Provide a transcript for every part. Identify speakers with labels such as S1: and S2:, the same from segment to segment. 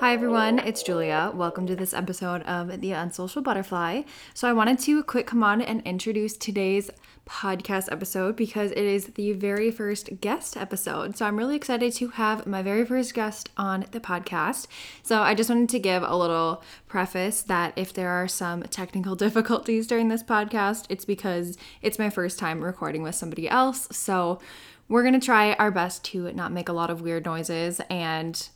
S1: Hi, everyone. It's Julia. Welcome to this episode of The Unsocial Butterfly. So, I wanted to quick come on and introduce today's podcast episode because it is the very first guest episode. So, I'm really excited to have my very first guest on the podcast. So, I just wanted to give a little preface that if there are some technical difficulties during this podcast, it's because it's my first time recording with somebody else. So, we're going to try our best to not make a lot of weird noises and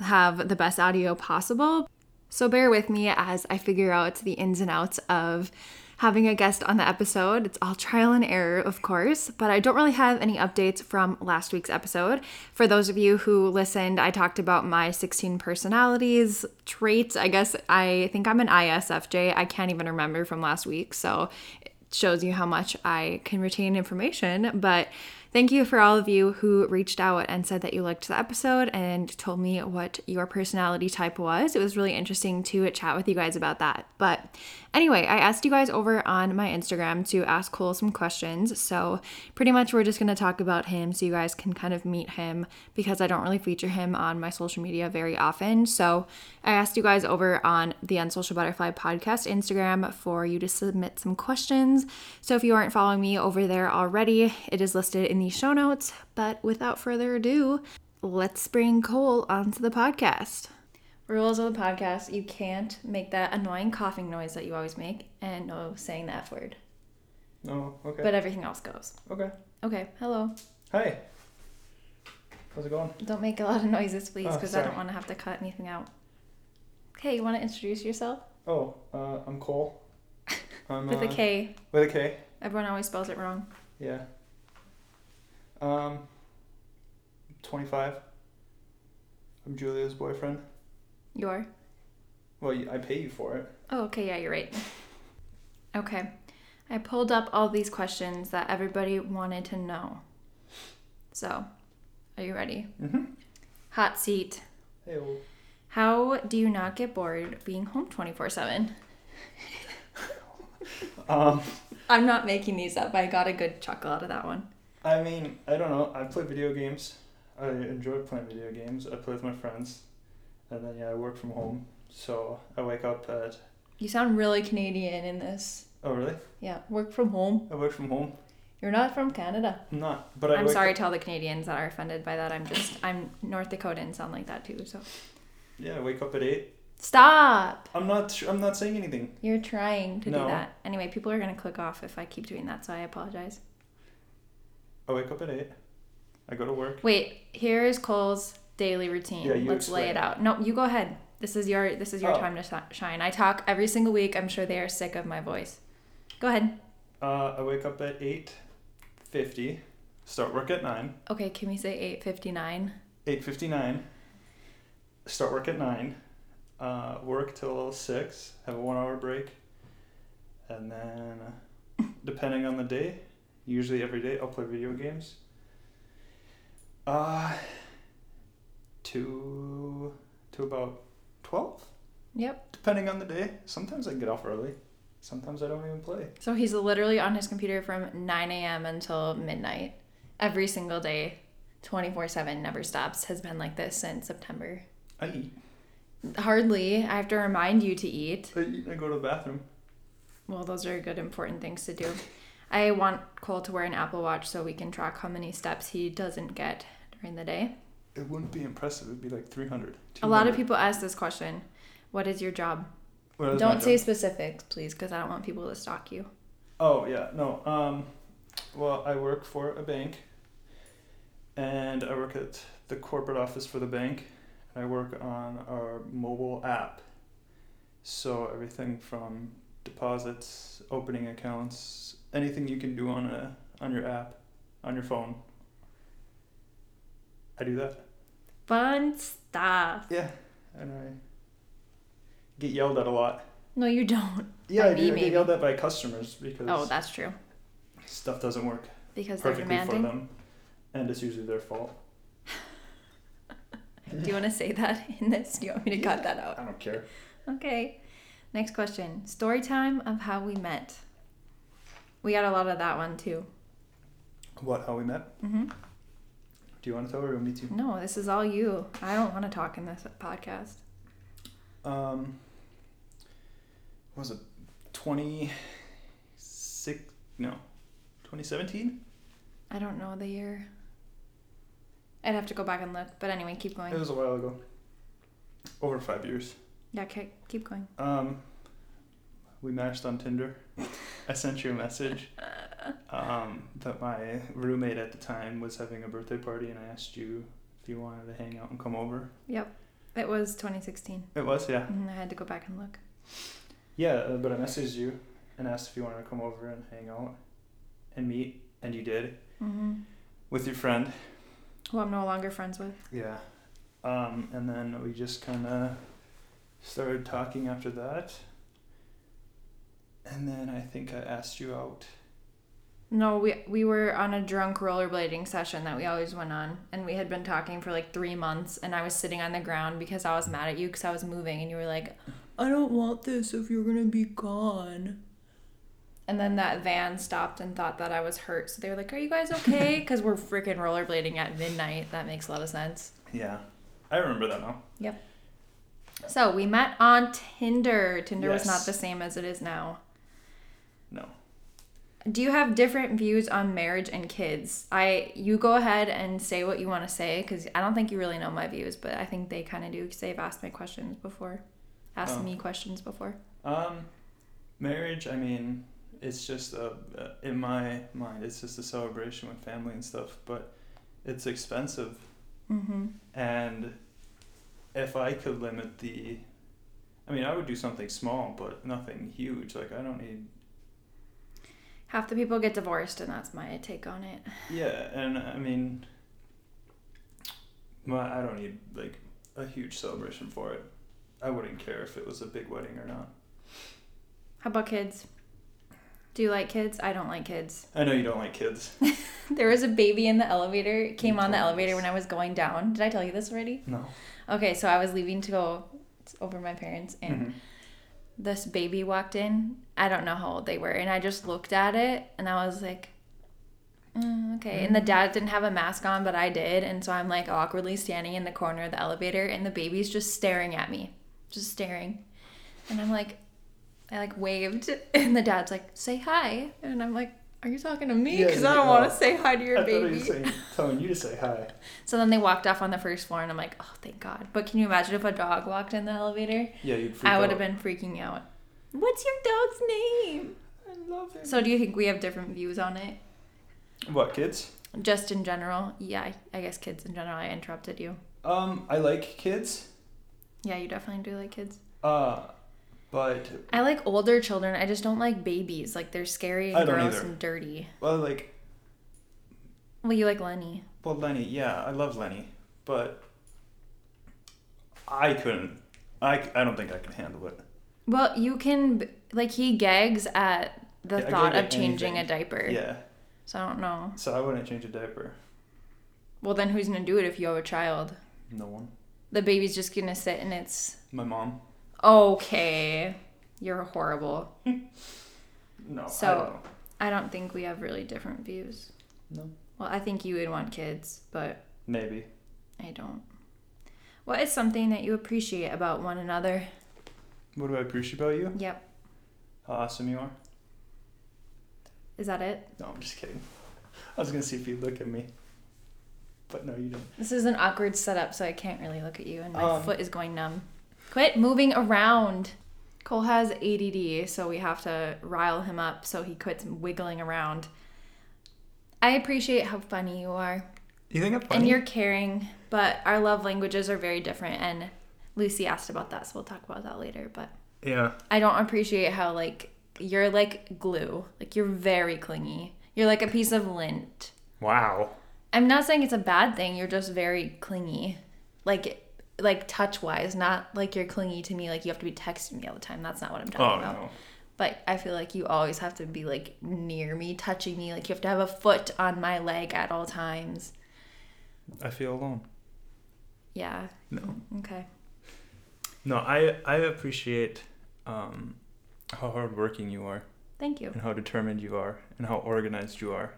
S1: have the best audio possible. So bear with me as I figure out the ins and outs of having a guest on the episode. It's all trial and error, of course, but I don't really have any updates from last week's episode. For those of you who listened, I talked about my 16 personalities traits. I guess I think I'm an ISFJ. I can't even remember from last week, so shows you how much I can retain information. But thank you for all of you who reached out and said that you liked the episode and told me what your personality type was. It was really interesting to chat with you guys about that. But anyway, I asked you guys over on my Instagram to ask Cole some questions. So pretty much we're just going to talk about him so you guys can kind of meet him because I don't really feature him on my social media very often. So I asked you guys over on the Unsocial Butterfly podcast Instagram for you to submit some questions. So if you aren't following me over there already, it is listed in the show notes. But without further ado, let's bring Cole onto the podcast. Rules of the podcast you can't make that annoying coughing noise that you always make and no saying the F word,
S2: No. Okay.
S1: but everything else goes.
S2: okay.
S1: Okay, hello.
S2: Hi. How's it going?
S1: Don't make a lot of noises, please,
S2: Oh,
S1: because I don't
S2: sorry.
S1: want to have to cut anything out. Okay, you want to introduce yourself?
S2: Oh, uh, I'm Cole. I'm,
S1: With a
S2: uh,
S1: K.
S2: With a K.
S1: Everyone always spells it wrong.
S2: Yeah. Um. Twenty-five. I'm Julia's boyfriend.
S1: You are?
S2: Well, you- I pay you for it.
S1: Oh, okay, yeah, you're right. Okay. I pulled up all these questions that everybody wanted to know. So, are you ready?
S2: Mm-hmm.
S1: Hot seat.
S2: Hey. Well,
S1: How do you not get bored being home 24 7?
S2: um.
S1: I'm not making these up. I got a good chuckle out of that one.
S2: I mean, I don't know. I play video games. I enjoy playing video games. I play with my friends, and then yeah, I work from home. So I wake up at.
S1: You sound really Canadian in this.
S2: Oh really?
S1: Yeah, work from home.
S2: I work from home.
S1: You're not from Canada.
S2: I'm not. But I.
S1: I'm
S2: wake
S1: sorry to all the Canadians that are offended by that. I'm just, I'm North Dakota and sound like that too, so.
S2: Yeah, I wake up at eight.
S1: Stop!
S2: I'm not. Sh- I'm not saying anything.
S1: You're trying to do
S2: No.
S1: that. Anyway, people are going to click off if I keep doing that, so I apologize.
S2: I wake up at eight. I go to work.
S1: Wait, here is Cole's daily routine.
S2: Yeah, you
S1: Let's lay it
S2: explain.
S1: out. No, you go ahead. This is your this is your
S2: Oh.
S1: time to shi- shine. I talk every single week. I'm sure they are sick of my voice. Go ahead.
S2: Uh, I wake up at eight fifty. Start work at nine.
S1: Okay, can we say 8:59?
S2: Eight fifty nine. Start work at nine. Uh, work till six. Have a one hour break, and then, depending on the day, usually every day I'll play video games. Uh, to to about twelve.
S1: Yep.
S2: depending on the day. Sometimes I get off early. Sometimes I don't even play.
S1: So he's literally on his computer from 9 a.m. until midnight every single day. 24/7 never stops has been like this since September.
S2: I eat.
S1: Hardly. I have to remind you to eat.
S2: I eat and I go to the bathroom.
S1: Well, those are good, important things to do. I want Cole to wear an Apple Watch so we can track how many steps he doesn't get during the day.
S2: It wouldn't be impressive. It'd be like 300.
S1: A lot of people ask this question What is your job?
S2: 200. Well, that's my
S1: don't say
S2: job.
S1: specifics, please, because I don't want people to stalk you.
S2: Oh yeah, no. Um, well, I work for a bank, and I work at the corporate office for the bank, and I work on our mobile app. So everything from deposits, opening accounts, anything you can do on a on your app, on your phone. I do that.
S1: Fun stuff.
S2: Yeah, and I get yelled at a lot.
S1: No, you don't.
S2: Yeah,
S1: By
S2: I
S1: me,
S2: do. I
S1: maybe.
S2: get yelled at by customers because
S1: Oh, that's true.
S2: stuff doesn't work
S1: Because they're
S2: perfectly for
S1: demanding.
S2: them, and it's usually their fault.
S1: Do you want to say that in this? Do you want me to cut that out?
S2: I don't care.
S1: Okay. Next question Story time of how we met. We got a lot of that one too.
S2: What? How we met?
S1: Mm-hmm.
S2: Do you want to tell her or me too?
S1: No, this is all you. I don't want to talk in this podcast.
S2: um, what was it 26 no 2017
S1: I don't know the year. I'd have to go back and look, but anyway, keep
S2: it
S1: going.
S2: was a while ago over five years
S1: Yeah, okay, keep going.
S2: um, we matched on tinder i sent you a message um, that my roommate at the time was having a birthday party and i asked you if you wanted to hang out and come over
S1: Yep, it was 2016.
S2: it was yeah
S1: Mm, I had to go back and look.
S2: Yeah, uh, but I messaged you and asked if you wanted to come over and hang out and meet, and you did
S1: Mm-hmm.
S2: with your friend.
S1: Who I'm no longer friends with.
S2: Yeah. Um, and then we just kind of started talking after that. And then I think I asked you out.
S1: No, we we were on a drunk rollerblading session that we always went on, and we had been talking for like three months, and I was sitting on the ground because I was mad at you because I was moving, and you were like, "I don't want this if you're gonna be gone." And then that van stopped and thought that I was hurt, so they were like, "Are you guys okay?" Because we're freaking rollerblading at midnight. That makes a lot of sense.
S2: Yeah. I remember that now.
S1: So we met on Tinder. Tinder was
S2: Yes.
S1: not the same as it is now.
S2: No.
S1: Do you have different views on marriage and kids? I you go ahead and say what you want to say because I don't think you really know my views, but I think they kind of do because they've asked my questions before, asked
S2: Oh.
S1: me questions before.
S2: Um, marriage, I mean, it's just a, uh, in my mind, it's just a celebration with family and stuff, but it's expensive.
S1: Mm-hmm.
S2: And if I could limit the, I mean, I would do something small, but nothing huge. Like I don't need.
S1: Half the people get divorced, and that's my take on it.
S2: Yeah, and I mean, my I don't need like a huge celebration for it. I wouldn't care if it was a big wedding or not.
S1: How about kids? Do you like kids? I don't like kids.
S2: I know you don't like kids.
S1: There was a baby in the elevator. It came
S2: You
S1: on the
S2: told me
S1: elevator
S2: this.
S1: when I was going down. Did I tell you this already?
S2: No.
S1: Okay, so I was leaving to go over my parents, and
S2: Mhm.
S1: this baby walked in. I don't know how old they were, and I just looked at it and I was like, "Mm, okay. And the dad didn't have a mask on, but I did, and so I'm like awkwardly standing in the corner of the elevator, and the baby's just staring at me, just staring, and I'm like, I like waved, and the dad's like, say hi, and I'm like, are you talking to me?
S2: Yeah,
S1: Because
S2: yeah,
S1: I don't
S2: yeah.
S1: want to say hi to your
S2: I thought he
S1: baby.
S2: was saying, telling you to say hi.
S1: so then they walked off on the first floor, and I'm like, oh, thank God. But can you imagine if a dog walked in the elevator?
S2: Yeah, you'd. Freak
S1: I would
S2: out.
S1: have been freaking out. What's your dog's name?
S2: I love it.
S1: So do you think we have different views on it?
S2: What kids?
S1: Just in general? Yeah, I- I guess kids in general. I interrupted you.
S2: Um, I like kids.
S1: Yeah, you definitely do like kids.
S2: Uh, but
S1: I like older children. I just don't like babies. Like they're scary
S2: I
S1: and
S2: don't
S1: gross
S2: either.
S1: and dirty.
S2: well, like
S1: Well, you like Lenny.
S2: Well, Lenny, yeah, I love Lenny, but I couldn't. I, I don't think I can handle it.
S1: Well, you can b- like he gags at the
S2: Yeah, I
S1: thought
S2: gag
S1: of
S2: at
S1: changing
S2: anything.
S1: a diaper.
S2: Yeah,
S1: So I don't know.
S2: so I wouldn't change a diaper.
S1: Well, then who's gonna do it if you have a child?
S2: No one.
S1: The baby's just gonna sit in its.
S2: My mom.
S1: Okay, you're horrible.
S2: No. I don't
S1: So-
S2: know.
S1: I don't think we have really different views.
S2: No.
S1: Well, I think you would want kids, but
S2: Maybe.
S1: I don't. What is something that you appreciate about one another?
S2: What do I appreciate about you?
S1: Yep.
S2: How awesome you are.
S1: Is that it?
S2: No, I'm just kidding. I was gonna see if you'd look at me, but no, you didn't.
S1: This is an awkward setup, so I can't really look at you, and my
S2: Um.
S1: foot is going numb. Quit moving around. Cole has ADD, so we have to rile him up so he quits wiggling around. I appreciate how funny you are.
S2: You think I'm
S1: and you're caring, but our love languages are very different. And Lucy asked about that, so we'll talk about that later. But
S2: Yeah.
S1: I don't appreciate how like you're like glue. Like you're very clingy. You're like a piece of lint.
S2: Wow.
S1: I'm not saying it's a bad thing. You're just very clingy. Like like touch wise, not like you're clingy to me like you have to be texting me all the time. That's not what I'm talking
S2: Oh
S1: about.
S2: no.
S1: But I feel like you always have to be like near me, touching me. Like you have to have a foot on my leg at all times.
S2: I feel alone.
S1: Yeah.
S2: No.
S1: Okay.
S2: No, I I appreciate um, how hardworking you are,
S1: Thank you.
S2: and how determined you are, and how organized you are,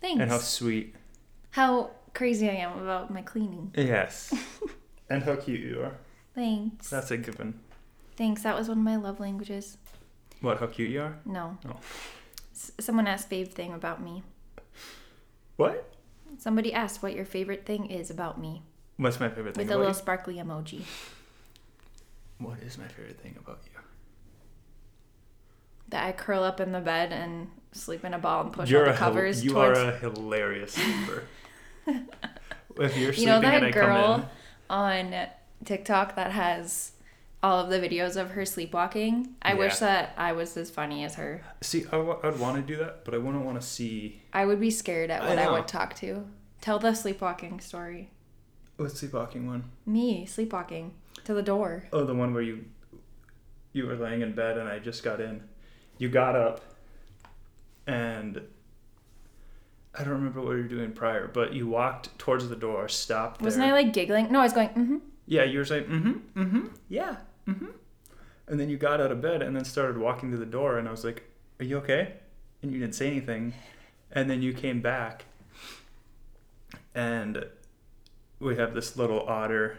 S1: Thanks.
S2: and how sweet
S1: how crazy I am about my cleaning.
S2: Yes. and how cute you are.
S1: Thanks.
S2: That's a given.
S1: Thanks. That was one of my love languages.
S2: What? How cute you are?
S1: No.
S2: Oh.
S1: S- someone asked fave thing about me.
S2: What?
S1: Somebody asked what your favorite thing is about me
S2: What's my favorite thing
S1: with a
S2: about
S1: little sparkly emoji.
S2: you? What is my favorite thing about you?
S1: That I curl up in the bed and sleep in a ball and push
S2: You're
S1: all
S2: a
S1: the
S2: hil-
S1: covers
S2: you
S1: towards.
S2: are a hilarious sleeper. if you're sleeping
S1: you know
S2: and I
S1: that
S2: come in,
S1: girl on TikTok that has all of the videos of her sleepwalking. I wish
S2: Yeah.
S1: that I was as funny as her.
S2: see, I w- I'd want to do that, but I wouldn't want to see.
S1: I would be scared at
S2: I
S1: what I,
S2: know.
S1: would talk to. Tell the sleepwalking story.
S2: What's sleepwalking one?
S1: Me sleepwalking to the door.
S2: Oh, the one where you you were laying in bed and I just got in. You got up, and I don't remember what you were doing prior, but you walked towards the door, stopped. There.
S1: Wasn't I like giggling? No, I was going. Mm-hmm.
S2: Yeah, you were saying, mm-hmm, mm-hmm, yeah, mm-hmm. And then you got out of bed and then started walking to the door, and I was like, "Are you okay?" And you didn't say anything, and then you came back, and we have this little otter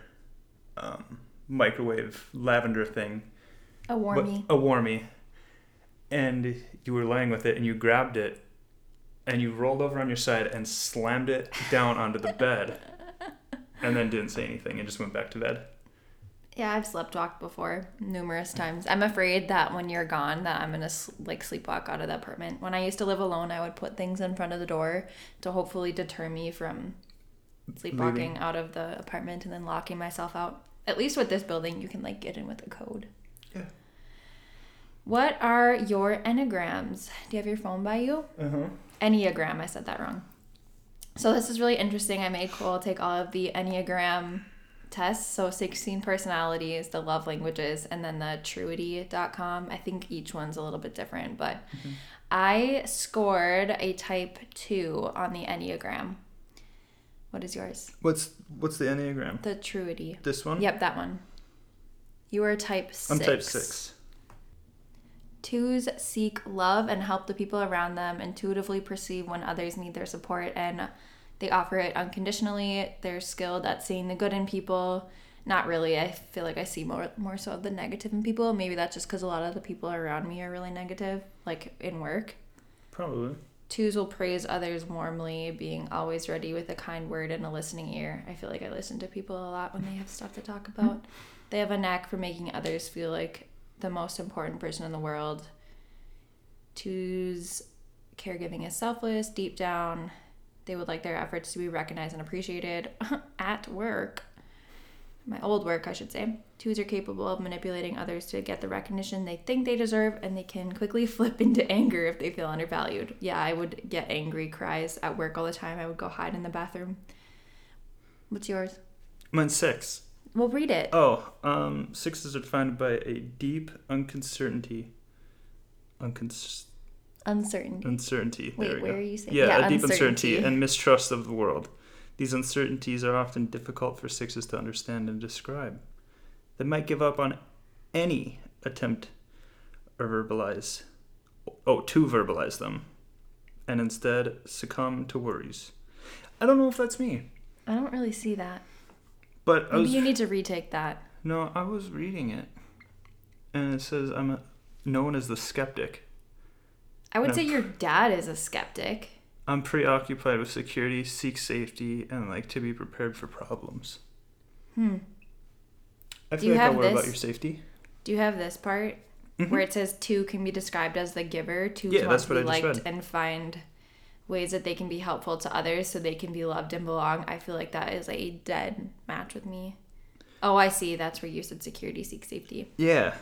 S2: um, microwave lavender thing,
S1: A
S2: but-
S1: warmie.
S2: a warmie, and you were laying with it, and you grabbed it, and you rolled over on your side and slammed it down onto the bed, and then didn't say anything and just went back to bed.
S1: Yeah, I've sleptwalked before numerous times. I'm afraid that when you're gone, that I'm gonna s- like sleepwalk out of the apartment. When I used to live alone, I would put things in front of the door to hopefully deter me from sleepwalking
S2: Leaving.
S1: out of the apartment and then locking myself out. At least with this building, you can like get in with a code.
S2: Yeah.
S1: What are your enneagrams? Do you have your phone by you?
S2: Uh-huh.
S1: Enneagram. I said that wrong. So this is really interesting. I made Cole take all of the Enneagram tests. So 16 personalities, the love languages, and then the truity.com. I think each one's a little bit different, but
S2: Mm-hmm.
S1: I scored a type two on the Enneagram. What is yours?
S2: What's what's the Enneagram?
S1: The truity.
S2: This one?
S1: Yep, that one. You are type six.
S2: I'm type six.
S1: Twos seek love and help the people around them intuitively perceive when others need their support and they offer it unconditionally. They're skilled at seeing the good in people. Not really. I feel like I see more more so of the negative in people. Maybe that's just because a lot of the people around me are really negative, like in work.
S2: Probably.
S1: Twos will praise others warmly, being always ready with a kind word and a listening ear. I feel like I listen to people a lot when they have stuff to talk about. They have a knack for making others feel like the most important person in the world. Twos caregiving is selfless, deep down. They would like their efforts to be recognized and appreciated at work. My old work, I should say. Twos are capable of manipulating others to get the recognition they think they deserve, and they can quickly flip into anger if they feel undervalued. Yeah, I would get angry cries at work all the time. I would go hide in the bathroom. What's yours?
S2: Mine's six.
S1: Well, read it.
S2: Oh, um, sixes are defined by a deep uncertainty. Uncon-
S1: Uncertainty.
S2: uncertainty. There
S1: Wait,
S2: we go.
S1: where are you saying?
S2: Yeah, a deep uncertainty and mistrust of the world. These uncertainties are often difficult for sixes to understand and describe. They might give up on any attempt or verbalize, oh, to verbalize them, and instead succumb to worries. I don't know if that's me,
S1: I don't really see that.
S2: but I
S1: Maybe
S2: was
S1: you need to retake that.
S2: no, I was reading it, and it says I'm a, known as the skeptic.
S1: I would
S2: No.
S1: say your dad is a skeptic.
S2: I'm preoccupied with security, seek safety, and like to be prepared for problems.
S1: Hmm.
S2: I
S1: Do
S2: feel
S1: you
S2: like I
S1: have
S2: worry about
S1: this?
S2: your safety.
S1: Do you have this part
S2: Mhm.
S1: where it says two can be described as the giver, two
S2: Yeah,
S1: want
S2: that's
S1: to
S2: what
S1: be
S2: I just
S1: liked
S2: read.
S1: and find ways that they can be helpful to others so they can be loved and belong. I feel like that is a dead match with me. Oh, I see. That's where you said security, seek safety.
S2: Yeah.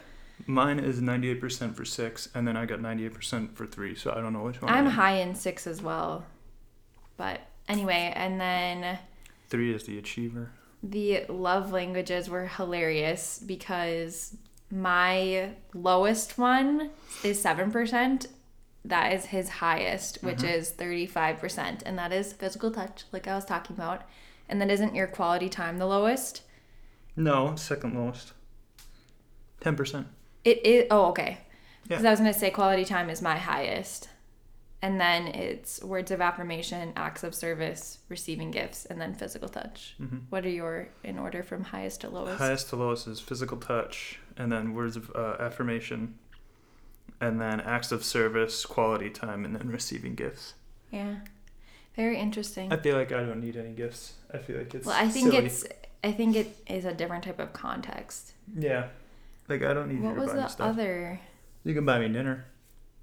S2: Mine is 98% for six, and then I got 98% for three, so I don't know which one.
S1: I'm
S2: I am.
S1: high in six as well. But anyway, and then
S2: Three is the achiever.
S1: the love languages were hilarious because my lowest one is 7%. That is his highest, which is 35%. And that is physical touch, like I was talking about. And that isn't your quality time the lowest.
S2: No, second lowest. 10%.
S1: It is, oh, okay.
S2: Yeah.
S1: Because I was going to say quality time is my highest. And then it's words of affirmation, acts of service, receiving gifts, and then physical touch.
S2: Mhm.
S1: What are your in order from highest to lowest?
S2: Highest to lowest is physical touch, and then words of uh, affirmation, and then acts of service, quality time, and then receiving gifts.
S1: Yeah. Very interesting.
S2: I feel like I don't need any gifts. I feel like it's.
S1: well, I think
S2: silly.
S1: it's I think it is a different type of context.
S2: Yeah, like I don't need
S1: what
S2: you to
S1: was
S2: buy
S1: the
S2: me stuff.
S1: other
S2: You can buy me dinner.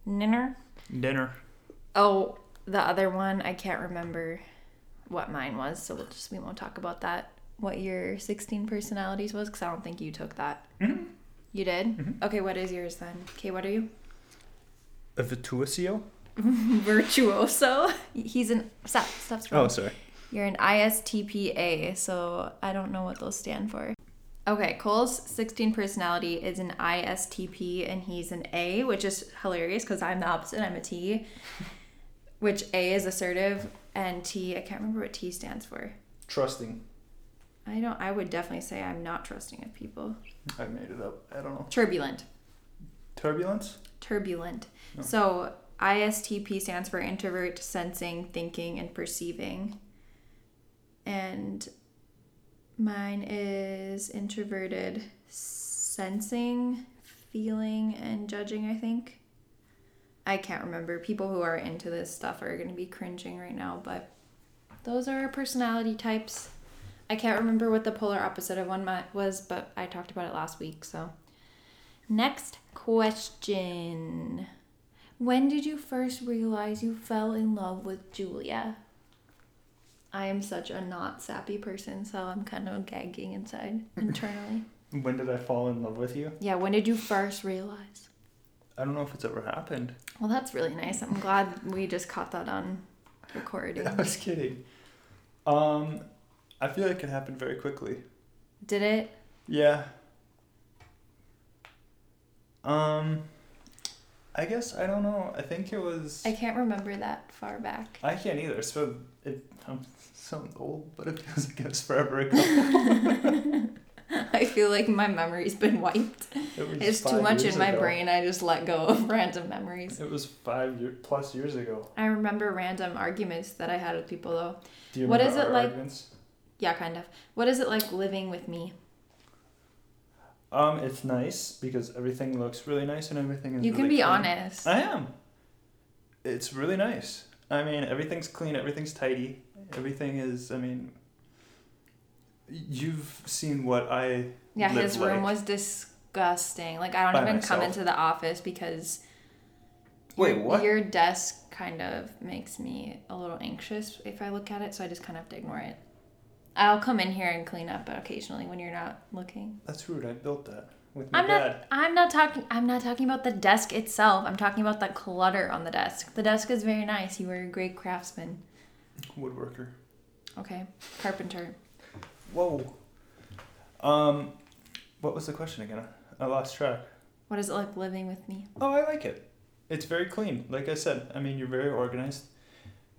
S1: ninner?
S2: Dinner.
S1: Oh, the other one, I can't remember what mine was, so we'll just we won't talk about that. What your 16 personalities was cuz I don't think you took that.
S2: Mm-hmm.
S1: You did? Okay, what is yours then? Okay, what are you?
S2: A Vituiccio?
S1: Virtuoso. He's an stop, stop. stop.
S2: Oh, sorry.
S1: You're an ISTPA, so I don't know what those stand for. Okay, Cole's 16 personality is an ISTP and he's an A, which is hilarious because I'm the opposite. I'm a T, which A is assertive and T, I can't remember what T stands for.
S2: Trusting.
S1: I don't, I would definitely say I'm not trusting of people.
S2: I made it up. I don't know.
S1: Turbulent.
S2: Turbulence?
S1: Turbulent. So ISTP stands for introvert, sensing, thinking, and perceiving. And mine is introverted, sensing, feeling, and judging, I think. I can't remember. People who are into this stuff are going to be cringing right now, but those are our personality types. I can't remember what the polar opposite of one mi- was, but I talked about it last week, so. Next question. When did you first realize you fell in love with Julia? I am such a not sappy person, so I'm kind of gagging inside internally.
S2: When did I fall in love with you?
S1: yeah, when did you first realize?
S2: I don't know if it's ever happened.
S1: Well, that's really nice. I'm glad we just caught that on recording.
S2: I was kidding. Um, I feel like it happened very quickly.
S1: Did it?
S2: Yeah. Um, I guess I don't know. I think it was.
S1: I can't remember that far back.
S2: I can't either. So it um, sounds old, but it feels like it was forever ago.
S1: I feel like my memory's been wiped.
S2: It was
S1: It's too
S2: five
S1: much
S2: years
S1: in my
S2: ago.
S1: brain. I just let go of random memories.
S2: It was five year, plus years ago.
S1: I remember random arguments that I had with people though.
S2: Do you
S1: What
S2: remember
S1: is it
S2: our
S1: like-
S2: Arguments?
S1: Yeah, kind of. What is it like living with me?
S2: Um, it's nice because everything looks really nice and everything is.
S1: You can
S2: really
S1: be
S2: clean.
S1: honest.
S2: I am. It's really nice. I mean, everything's clean, everything's tidy, everything is. I mean, you've seen what I.
S1: Yeah,
S2: live
S1: his room
S2: like.
S1: was disgusting. Like I don't
S2: By
S1: even
S2: myself.
S1: come into the office because
S2: Wait,
S1: your,
S2: what?
S1: your desk kind of makes me a little anxious if I look at it, so I just kind of have to ignore it. I'll come in here and clean up occasionally when you're not looking.
S2: That's rude. I built that with my
S1: I'm
S2: dad.
S1: not I'm not talking I'm not talking about the desk itself. I'm talking about the clutter on the desk. The desk is very nice. You are a great craftsman.
S2: Woodworker.
S1: Okay. Carpenter.
S2: Whoa. Um, what was the question again? I lost track.
S1: What is it like living with me?
S2: Oh, I like it. It's very clean. Like I said, I mean, you're very organized.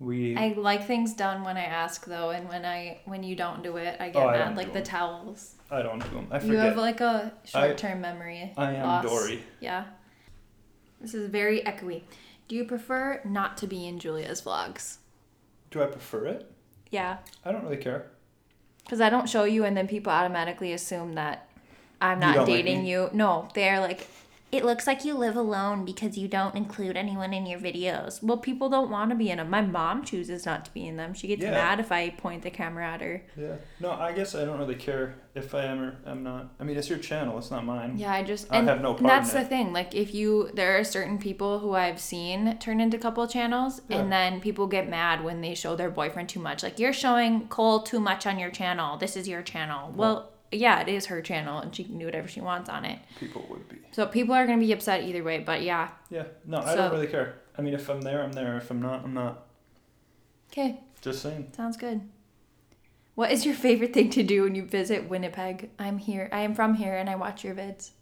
S2: We.
S1: I like things done when I ask though, and when I when you don't do it, I get
S2: Oh, I
S1: mad.
S2: don't
S1: Like
S2: do
S1: the
S2: it.
S1: towels.
S2: I don't do them. I
S1: You have
S2: forget.
S1: like a short term memory.
S2: I am
S1: loss.
S2: Dory.
S1: Yeah. This is very echoey. Do you prefer not to be in Julia's vlogs?
S2: Do I prefer it?
S1: Yeah,
S2: I don't really care.
S1: because I don't show you, and then people automatically assume that I'm
S2: You
S1: not
S2: don't like
S1: dating
S2: me.
S1: you. No, they're like,
S3: It looks like you live alone because you don't include anyone in your videos.
S1: well, people don't want to be in them. My mom chooses not to be in them. She gets
S2: Yeah.
S1: mad if I point the camera at her.
S2: Yeah. No, I guess I don't really care if I am or am not. I mean, it's your channel. It's not mine.
S1: Yeah, I just
S2: I
S1: and
S2: have no part
S1: That's
S2: in it.
S1: the thing. Like if you there are certain people who I've seen turn into couple channels and then people get mad when they show their boyfriend too much. Like you're showing Cole too much on your channel. This is your channel. Well, yeah, it is her channel and she can do whatever she wants on it.
S2: People would be.
S1: So people are going to be upset either way, but yeah.
S2: Yeah. No, I don't
S1: So-
S2: really care. I mean, if I'm there, I'm there. If I'm not, I'm not.
S1: Okay,
S2: Just saying.
S1: sounds good. What is your favorite thing to do when you visit Winnipeg? I'm here. I am from here and I watch your vids. Cuz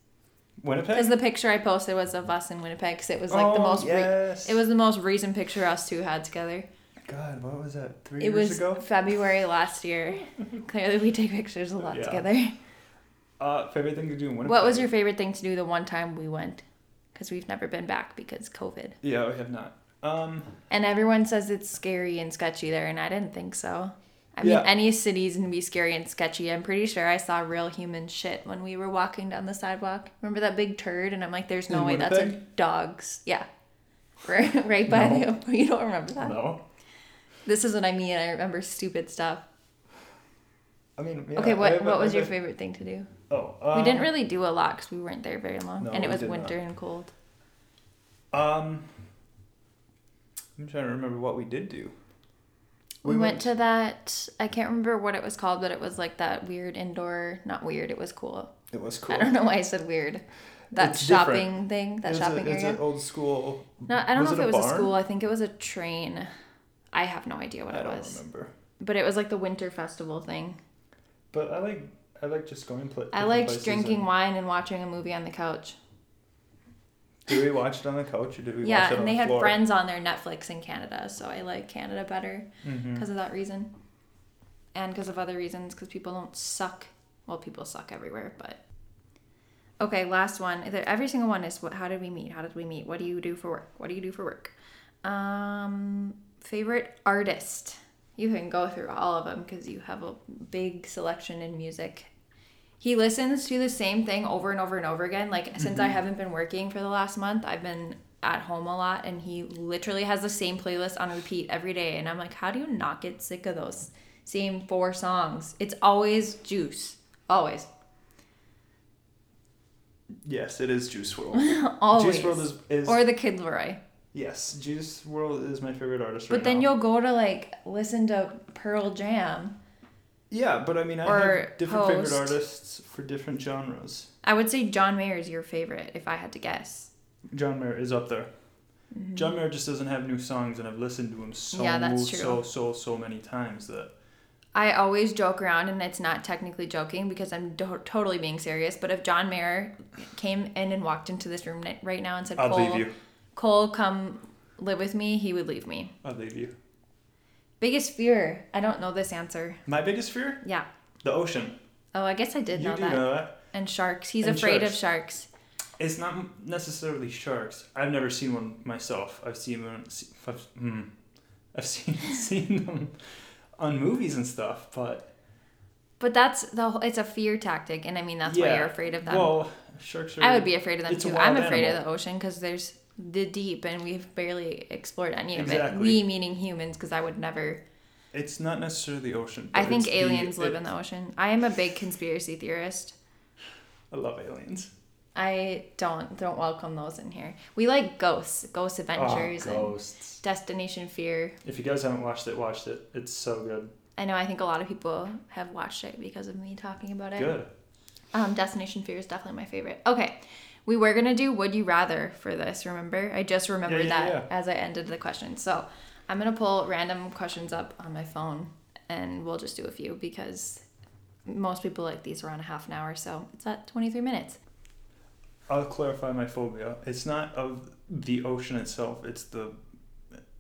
S2: Winnipeg.
S1: the picture I posted was of us in Winnipeg cuz it was like
S2: oh,
S1: the most re-
S2: Yes.
S1: It was the most recent picture us two had together.
S2: God, what was that? Three
S1: It
S2: years
S1: was
S2: ago.
S1: February last year. Clearly, we take pictures a lot
S2: Yeah.
S1: together.
S2: Uh, favorite thing to do in Winnipeg.
S1: What was your favorite thing to do the one time we went? Because we've never been back because COVID.
S2: Yeah, we have not. Um,
S1: And everyone says it's scary and sketchy there, and I didn't think so. I mean,
S2: Yeah.
S1: any city's gonna be scary and sketchy. I'm pretty sure I saw real human shit when we were walking down the sidewalk. Remember that big turd? And I'm like, there's no
S2: In
S1: way that's a
S2: Winnipeg? dog's.
S1: yeah, right, right by
S2: No.
S1: the. You don't remember that?
S2: no.
S1: This is what I mean. I remember stupid stuff.
S2: I mean,
S1: okay,
S2: yeah, I
S1: what
S2: have a-
S1: what
S2: I
S1: was your
S2: have a-
S1: favorite thing to do?
S2: Oh, um,
S1: we didn't really do a lot because we weren't there very long,
S2: No,
S1: and it
S2: we
S1: was
S2: did not.
S1: winter and cold.
S2: Um, I'm trying to remember what we did do.
S1: We, went, to that. I can't remember what it was called, but it was like that weird indoor. Not weird. It was cool.
S2: It was cool.
S1: I don't know why I said weird. That
S2: It's different.
S1: shopping thing, that
S2: It was
S1: shopping
S2: a, It's
S1: area.
S2: an old school.
S1: no, I don't know if it was a
S2: barn?
S1: school. I think it was a train. I have no idea what
S2: I
S1: it
S2: don't
S1: was.
S2: remember.
S1: But it was like the winter festival thing.
S2: But I like I like just going. Pl-
S1: I
S2: different
S1: liked
S2: places
S1: drinking
S2: and-
S1: wine and watching a movie on the couch.
S2: Did we watch it on the couch or did we watch
S1: yeah,
S2: it on
S1: and they
S2: the
S1: had
S2: floor?
S1: friends on their Netflix in Canada, so I like Canada better
S2: Mhm.
S1: because of that reason. And because of other reasons, because people don't suck. Well, people suck everywhere, but. Okay, last one. There- Every single one is what, how did we meet? How did we meet? What do you do for work? What do you do for work? Um, favorite artist? You can go through all of them because you have a big selection in music. He listens to the same thing over and over and over again. Like, since I haven't been working for the last month, I've been at home a lot, and he literally has the same playlist on repeat every day. And I'm like, how do you not get sick of those same four songs? It's always juice. Always.
S2: Yes, it is Juice World.
S1: Always.
S2: Juice World is, is
S1: or the Kid Leroy.
S2: yes. Juice World is my favorite artist
S1: But
S2: right
S1: then
S2: now.
S1: you'll go to like listen to Pearl Jam.
S2: yeah, but I mean, I
S1: or
S2: have different favorite
S1: Host.
S2: artists for different genres.
S1: I would say John Mayer is your favorite if I had to guess.
S2: John Mayer is up there. John Mayer just doesn't have new songs, and I've listened to him so
S1: Mm-hmm. Yeah, that's true.
S2: so so so many times that
S1: I always joke around, and it's not technically joking because I'm do- totally being serious. But if John Mayer came in and walked into this room ni- right now and said,
S2: I'd
S1: Cole,
S2: leave you.
S1: Cole, come live with me, he would leave me.
S2: I'd leave you.
S1: Biggest fear? I don't know this answer.
S2: My biggest fear:
S1: Yeah.
S2: the ocean.
S1: Oh, I guess I did
S2: you
S1: know
S2: do
S1: that.
S2: know that.
S1: And sharks. He's
S2: And
S1: afraid of sharks.
S2: It's not necessarily sharks. I've never seen one myself. I've seen one. se- I've, hmm. I've seen seen them on movies and stuff, but
S1: But that's the whole, it's a fear tactic, and I mean that's why
S2: Yeah.
S1: you're afraid of them.
S2: well, sharks are.
S1: I would be afraid of them
S2: It's a
S1: too.
S2: wild
S1: I'm afraid of
S2: animal.
S1: the ocean because there's the deep, and we've barely explored any of it.
S2: Exactly.
S1: We meaning humans, because I would never.
S2: It's not necessarily the ocean.
S1: I
S2: but
S1: think
S2: it's the-
S1: aliens live
S2: it-
S1: in the ocean. I am a big conspiracy theorist.
S2: I love aliens.
S1: I don't don't welcome those in here. We like ghosts, ghost adventures,
S2: Oh,
S1: and
S2: ghosts.
S1: destination fear.
S2: If you guys haven't watched it, watched it. It's so good.
S1: I know. I think a lot of people have watched it because of me talking about it.
S2: Good.
S1: Um, Destination Fear is definitely my favorite. Okay, we were gonna do Would You Rather for this. Remember, I just remembered
S2: yeah,
S1: that
S2: yeah.
S1: as I ended the question. So I'm gonna pull random questions up on my phone, and we'll just do a few because most people like these around a half an hour. So it's at 23 minutes.
S2: I'll clarify my phobia. It's not of the ocean itself. It's the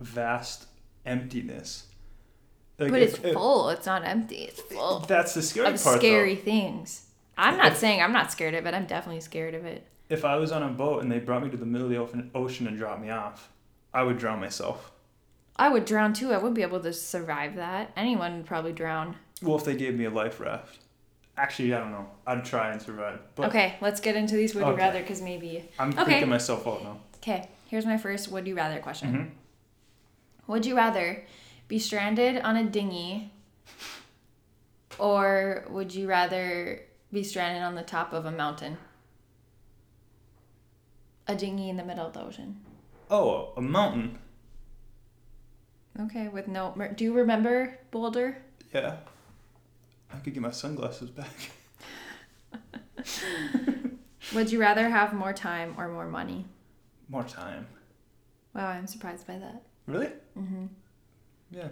S2: vast emptiness. Like,
S1: but
S2: if-
S1: it's
S2: if-
S1: full. It's not empty. It's full
S2: That's the scary
S1: of
S2: part. though.
S1: scary things. I'm not saying I'm not scared of it. I'm definitely scared of it.
S2: If I was on a boat and they brought me to the middle of the open- ocean and dropped me off, I would drown myself.
S1: I would drown too. I would be able to survive that. Anyone would probably drown.
S2: Well, if they gave me a life raft, actually, I don't know. I'd try and survive. But
S1: okay, let's get into these would you
S2: Okay.
S1: rather because maybe
S2: I'm
S1: Okay.
S2: freaking myself out now.
S1: Okay, here's my first would you rather question. Would you rather be stranded on a dinghy or would you rather be stranded on the top of a mountain? A dinghy in the middle of the ocean.
S2: Oh, a mountain.
S1: Okay, with no. mer- Do you remember Boulder?
S2: Yeah. I could get my sunglasses back.
S1: Would you rather have more time or more money?
S2: More time.
S1: Wow, I'm surprised by that.
S2: Really? Mm-hmm. Yeah.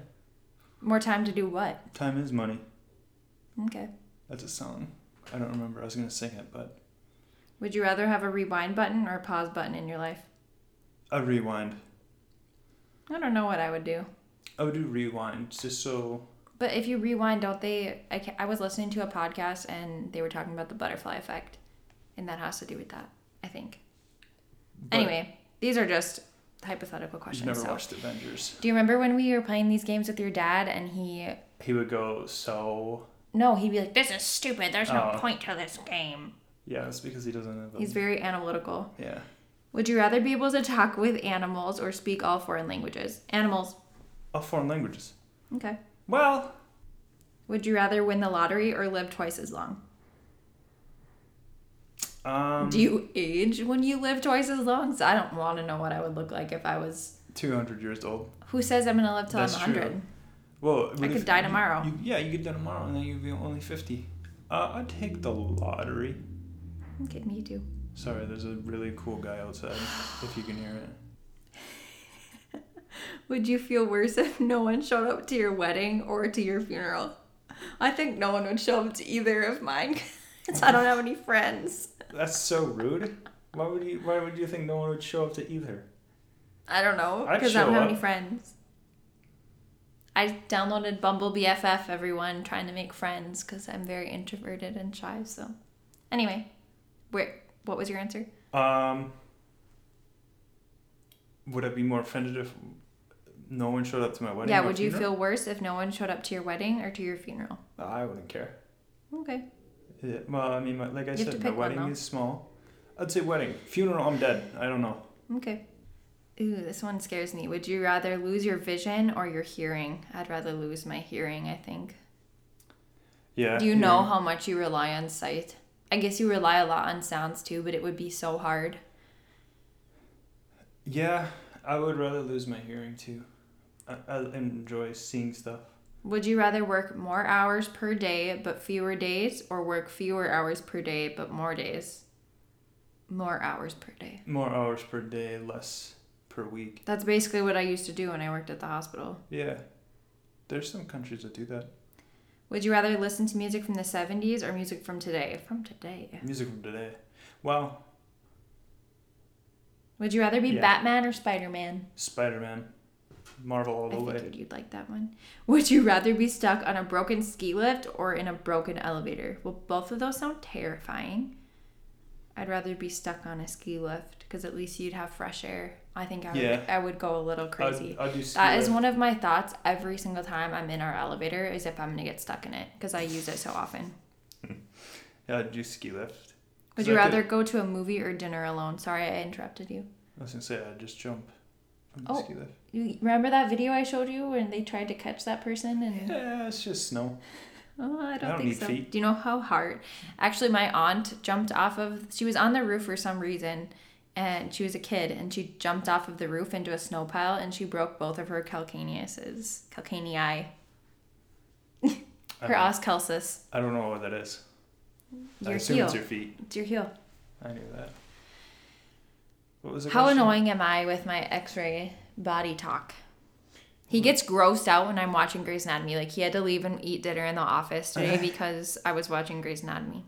S1: More time to do what?
S2: Time is money.
S1: Okay.
S2: That's a song. I don't remember. I was going to sing it, but
S1: Would you rather have a rewind button or a pause button in your life?
S2: I rewind.
S1: I don't know what I would do.
S2: I would do rewind just so.
S1: But if you rewind, don't they? I, ca I was listening to a podcast and they were talking about the butterfly effect, and that has to do with that, I think.
S2: But-
S1: anyway, these are just hypothetical
S2: You've
S1: question.
S2: never
S1: so,
S2: watched Avengers.
S1: do you remember when we were playing these games with your dad and he?
S2: He would go, so.
S1: No, he'd be like,
S3: This is stupid. There's no
S2: Oh.
S3: point to this game.
S2: Yeah, it's because he doesn't have a.
S1: he's very analytical.
S2: yeah.
S1: Would you rather be able to talk with animals or speak all foreign languages? Animals.
S2: All Oh, foreign languages.
S1: Okay.
S2: Well,
S1: Would you rather win the lottery or live twice as long?
S2: um,
S1: Do you age when you live twice as long? So I don't want to know what I would look like if I was.
S2: 200 years old.
S1: Who says I'm gonna live till
S2: That's
S1: I'm 100?
S2: true. Whoa.
S1: I could die tomorrow.
S2: You, yeah, you could die tomorrow and then you'd be only 50. Uh, I'd take the lottery.
S1: Okay, me too.
S2: Sorry, there's a really cool guy outside, if you can hear it.
S1: Would you feel worse if no one showed up to your wedding or to your funeral? I think no one would show up to either of mine because I don't have any friends.
S2: That's so rude. Why would you? Why would you think no one would show up to either?
S1: I don't know
S2: I'd
S1: because I don't
S2: show
S1: have
S2: up.
S1: any friends. I downloaded Bumble BFF, everyone, trying to make friends because I'm very introverted and shy. So, anyway, where what was your answer?
S2: Um, would I be more offended if no one showed up to my wedding?
S1: yeah,
S2: or
S1: would you
S2: funeral?
S1: feel worse if no one showed up to your wedding or to your funeral?
S2: I wouldn't care.
S1: Okay.
S2: Yeah, well, I mean, my, like I
S1: You have to
S2: said, my
S1: pick one,
S2: wedding
S1: though.
S2: is small. I'd say wedding. Funeral, I'm dead. I don't know.
S1: Okay. Ooh, this one scares me. Would you rather lose your vision or your hearing? I'd rather lose my hearing, I think.
S2: Yeah.
S1: Do you know how much you rely on sight? I guess you rely a lot on sounds too, but it would be so hard.
S2: Yeah, I would rather lose my hearing too. I, I enjoy seeing stuff.
S1: Would you rather work more hours per day but fewer days or work fewer hours per day but more days? More hours per day.
S2: More hours per day, less per week.
S1: That's basically what I used to do when I worked at the hospital.
S2: Yeah. There's some countries that do that.
S1: Would you rather listen to music from the 70s or music from today? From today.
S2: Music from today. Wow,
S1: Would you rather be
S2: Yeah.
S1: Batman or Spider Man?
S2: Spider Man, Marvel all
S1: I
S2: the way.
S1: figured you'd like that one. Would you rather be stuck on a broken ski lift or in a broken elevator? Well, both of those sound terrifying. I'd rather be stuck on a ski lift because at least you'd have fresh air. I think I would,
S2: Yeah.
S1: I would go a little crazy.
S2: I, I do ski
S1: That is
S2: lift.
S1: one of my thoughts every single time I'm in our elevator is if I'm going to get stuck in it because I use it so often.
S2: Yeah, I do ski lift.
S1: Would
S2: So
S1: you
S2: I could-
S1: rather go to a movie or dinner alone? Sorry, I interrupted you.
S2: I was gonna say I just jump from the
S1: Oh.
S2: ski lift.
S1: You remember that video I showed you when they tried to catch that person and
S2: Yeah, it's just snow.
S1: Oh, I don't,
S2: don't
S1: think
S2: need
S1: so.
S2: feet.
S1: Do you know how hard? Actually, my aunt jumped off of. She was on the roof for some reason, and she was a kid, and she jumped off of the roof into a snow pile, and she broke both of her calcaneuses, calcanei,
S2: I
S1: her
S2: don't,
S1: oscalsis.
S2: I don't know what that is. I
S1: Your
S2: assume
S1: heel.
S2: it's your feet.
S1: It's your heel.
S2: I knew that. What was it?
S1: How annoying am I with my X-ray body talk? He
S2: Hmm.
S1: gets grossed out when I'm watching Grey's Anatomy. Like he had to leave and eat dinner in the office today because I was watching Grey's Anatomy.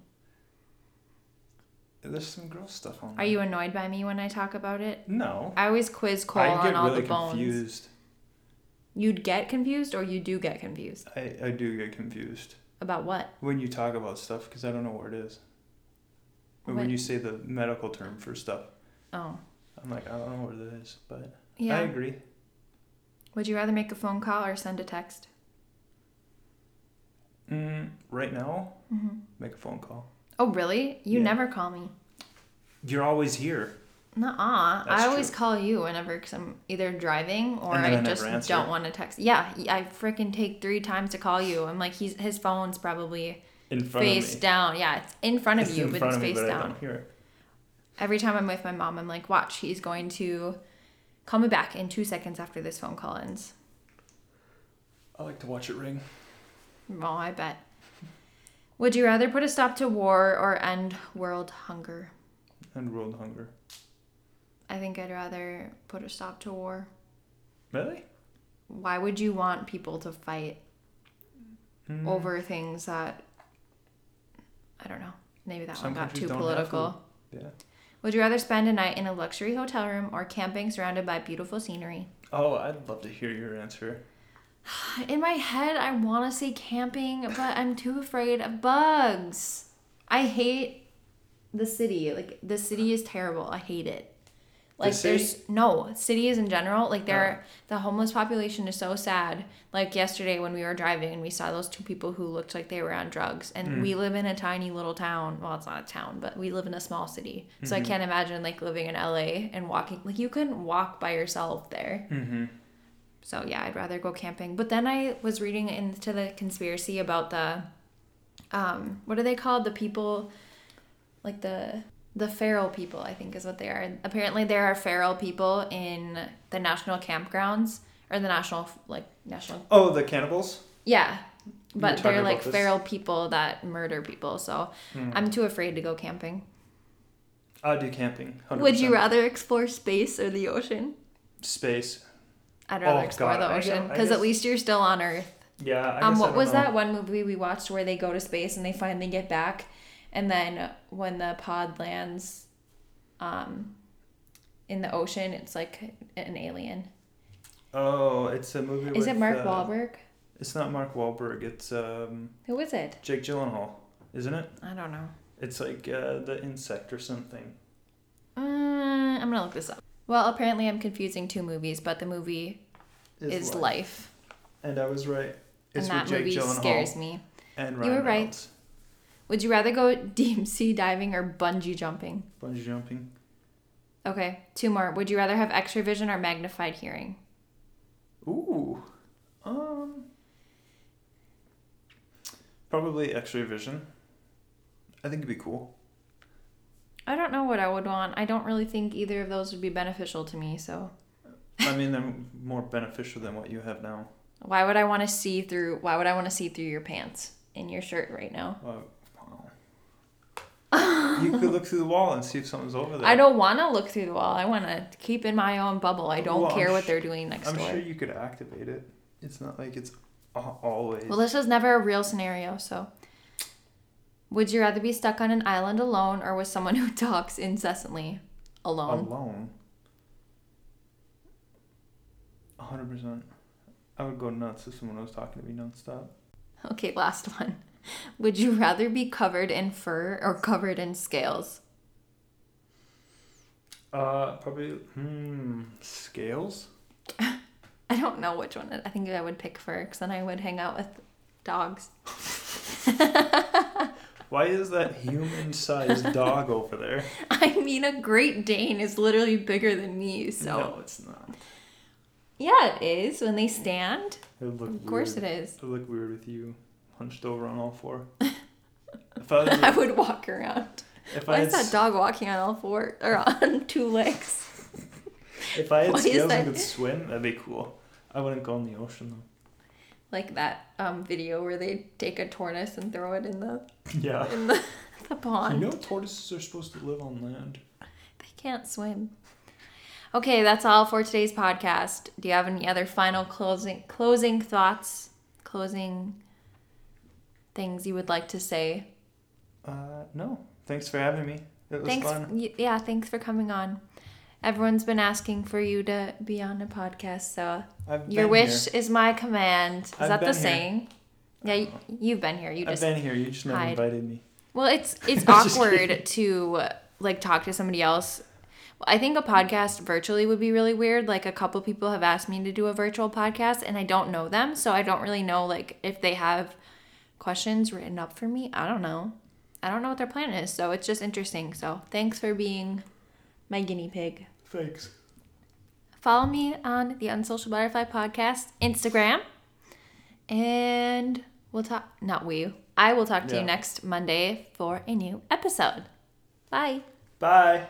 S2: There's some gross stuff on.
S1: Are you annoyed by me when I talk about it?
S2: No.
S1: I always quiz Cole
S2: I
S1: on
S2: get
S1: all
S2: really
S1: the bones.
S2: confused.
S1: You'd get confused, or you do get confused
S2: I, I do get confused
S1: about what?
S2: when you talk about stuff because I don't know where it is. Or
S1: What-
S2: when you say the medical term for stuff,
S1: Oh,
S2: I'm like, I don't know what that is, but I
S1: yeah.
S2: agree.
S1: Would you rather make a phone call or send a text?
S2: Mm, right now,
S1: Mm-hmm.
S2: make a phone call.
S1: Oh, really? You
S2: Yeah.
S1: never call me.
S2: You're always here.
S1: Nuh-uh.
S2: That's
S1: I always
S2: true.
S1: call you whenever i I'm either driving or
S2: And then
S1: I
S2: I never
S1: just
S2: answer.
S1: don't want to text. Yeah, I freaking take three times to call you. I'm like, he's his phone's probably
S2: In front
S1: face
S2: of me.
S1: down. Yeah, it's in front of
S2: It's
S1: you,
S2: in
S1: but
S2: front
S1: it's
S2: of me,
S1: face
S2: but I
S1: down.
S2: don't hear it.
S1: Every time I'm with my mom, I'm like, watch, he's going to call me back in two seconds after this phone call ends.
S2: I like to watch it ring.
S1: Oh, I bet. Would you rather put a stop to war or end world hunger?
S2: And world hunger.
S1: I think I'd rather put a stop to war.
S2: Really?
S1: Why would you want people to fight
S2: Mm.
S1: over things that I don't know. Maybe that
S2: Some
S1: one got
S2: countries
S1: too
S2: don't have
S1: political.
S2: Yeah.
S1: Would you rather spend a night in a luxury hotel room or camping surrounded by beautiful scenery?
S2: Oh, I'd love to hear your answer.
S1: In my head, I want to say camping, but I'm too afraid of bugs. I hate the city. Like, the city is terrible. I hate it. Like
S2: city?
S1: there's no cities in general. Like there, the homeless population is so sad. Like yesterday when we were driving and we saw those two people who looked like they were on drugs, and we live in a tiny little town. Well, it's not a town, but we live in a small city, so I can't imagine like living in LA and walking. Like you couldn't walk by yourself there.
S2: Mm-hmm.
S1: So yeah, I'd rather go camping. But then I was reading into the conspiracy about the, um, what are they called? The people, like the the feral people, I think is what they are. Apparently, there are feral people in the national campgrounds or the national like national.
S2: Oh, the cannibals.
S1: Yeah,
S2: were
S1: but
S2: talking
S1: they're
S2: about
S1: like
S2: this. Hmm.
S1: feral people that murder people. So I'm too afraid to go camping.
S2: I do camping. 100%.
S1: Would you rather explore space or the ocean?
S2: space?
S1: I'd rather
S2: Oh,
S1: explore
S2: God,
S1: the
S2: I
S1: ocean
S2: don't- I
S1: because at
S2: guess-
S1: least you're still on Earth.
S2: Yeah. I
S1: um,
S2: guess I
S1: what
S2: don't
S1: was
S2: know.
S1: that one movie we watched where they go to space and they finally get back, and then when the pod lands, um, in the ocean, it's like an alien.
S2: Oh, it's a movie.
S1: Is
S2: with,
S1: it Mark
S2: uh,
S1: Wahlberg?
S2: It's not Mark Wahlberg. It's um,
S1: Who is it?
S2: Jake Gyllenhaal, isn't it?
S1: I don't know.
S2: It's like uh, the insect or something.
S1: Uh, I'm gonna look this up. Well, apparently I'm confusing two movies, but the movie is,
S2: life.
S1: Life,
S2: And I was right. It's
S1: and that
S2: with Jake
S1: movie
S2: Gyllenhaal
S1: scares me.
S2: and
S1: You
S2: Ryan
S1: were right.
S2: Reynolds.
S1: Would you rather go deep sea diving or bungee jumping?
S2: Bungee jumping.
S1: Okay, two more. Would you rather have X-ray vision or magnified hearing?
S2: Ooh. Um. Probably X-ray vision. I think it'd be cool.
S1: I don't know what I would want. I don't really think either of those would be beneficial to me, so
S2: I mean, they're more beneficial than what you have now.
S1: why would I want to see through why would I want to see through your pants in your shirt right now?
S2: Uh, wow. you could look through the wall and see if something's over there.
S1: I don't want to look through the wall. I want to keep in my own bubble. I don't
S2: Well, I'm
S1: care what
S2: sh-
S1: they're doing next
S2: I'm
S1: door.
S2: sure you could activate it. It's not like it's a- always.
S1: Well, this was never a real scenario, so would you rather be stuck on an island alone or with someone who talks incessantly alone?
S2: alone. A hundred percent. I would go nuts if someone was talking to me nonstop.
S1: Okay, last one. Would you rather be covered in fur or covered in scales?
S2: Uh, probably hmm scales.
S1: I don't know which one. I think I would pick fur because then I would hang out with dogs.
S2: Why is that human-sized dog over there?
S1: I mean, a Great Dane is literally bigger than me, so.
S2: No, it's not.
S1: Yeah, it is when they stand.
S2: It would look
S1: Of course
S2: weird.
S1: it is.
S2: It would look weird with you hunched over on all four. if I was,
S1: I would walk around.
S2: if I
S1: Why
S2: had,
S1: is that
S2: s-
S1: dog walking on all four or on two legs?
S2: if I had
S1: Why is
S2: scales
S1: that-
S2: and could swim, that'd be cool. I wouldn't go in the ocean though.
S1: Like that um, video where they take a tortoise and throw it in the
S2: Yeah.
S1: in the, the
S2: You
S1: pond.
S2: know tortoises are supposed to live on land.
S1: They can't swim. Okay, that's all for today's podcast. Do you have any other final closing closing thoughts? Closing things you would like to say?
S2: Uh, no. Thanks for having me. It was
S1: thanks.
S2: fun.
S1: y- Yeah, thanks for coming on. Everyone's been asking for you to be on a podcast, so
S2: I've
S1: your
S2: been
S1: wish
S2: Here.
S1: is my command. Is
S2: I've
S1: that the
S2: been here. Uh-huh.
S1: saying? Yeah, you, you've been here. You
S2: I've
S1: just
S2: been here. You just never
S1: hide.
S2: invited me.
S1: Well, it's it's
S2: I'm just
S1: awkward to like talk to somebody else. I think a podcast virtually would be really weird. Like a couple people have asked me to do a virtual podcast and I don't know them, so I don't really know like if they have questions written up for me. I don't know. I don't know what their plan is, so it's just interesting. So, thanks for being my guinea pig.
S2: Thanks.
S1: Follow me on the Unsocial Butterfly podcast Instagram. And we'll talk, not we, I will talk to
S2: Yeah.
S1: you next Monday for a new episode. Bye.
S2: Bye.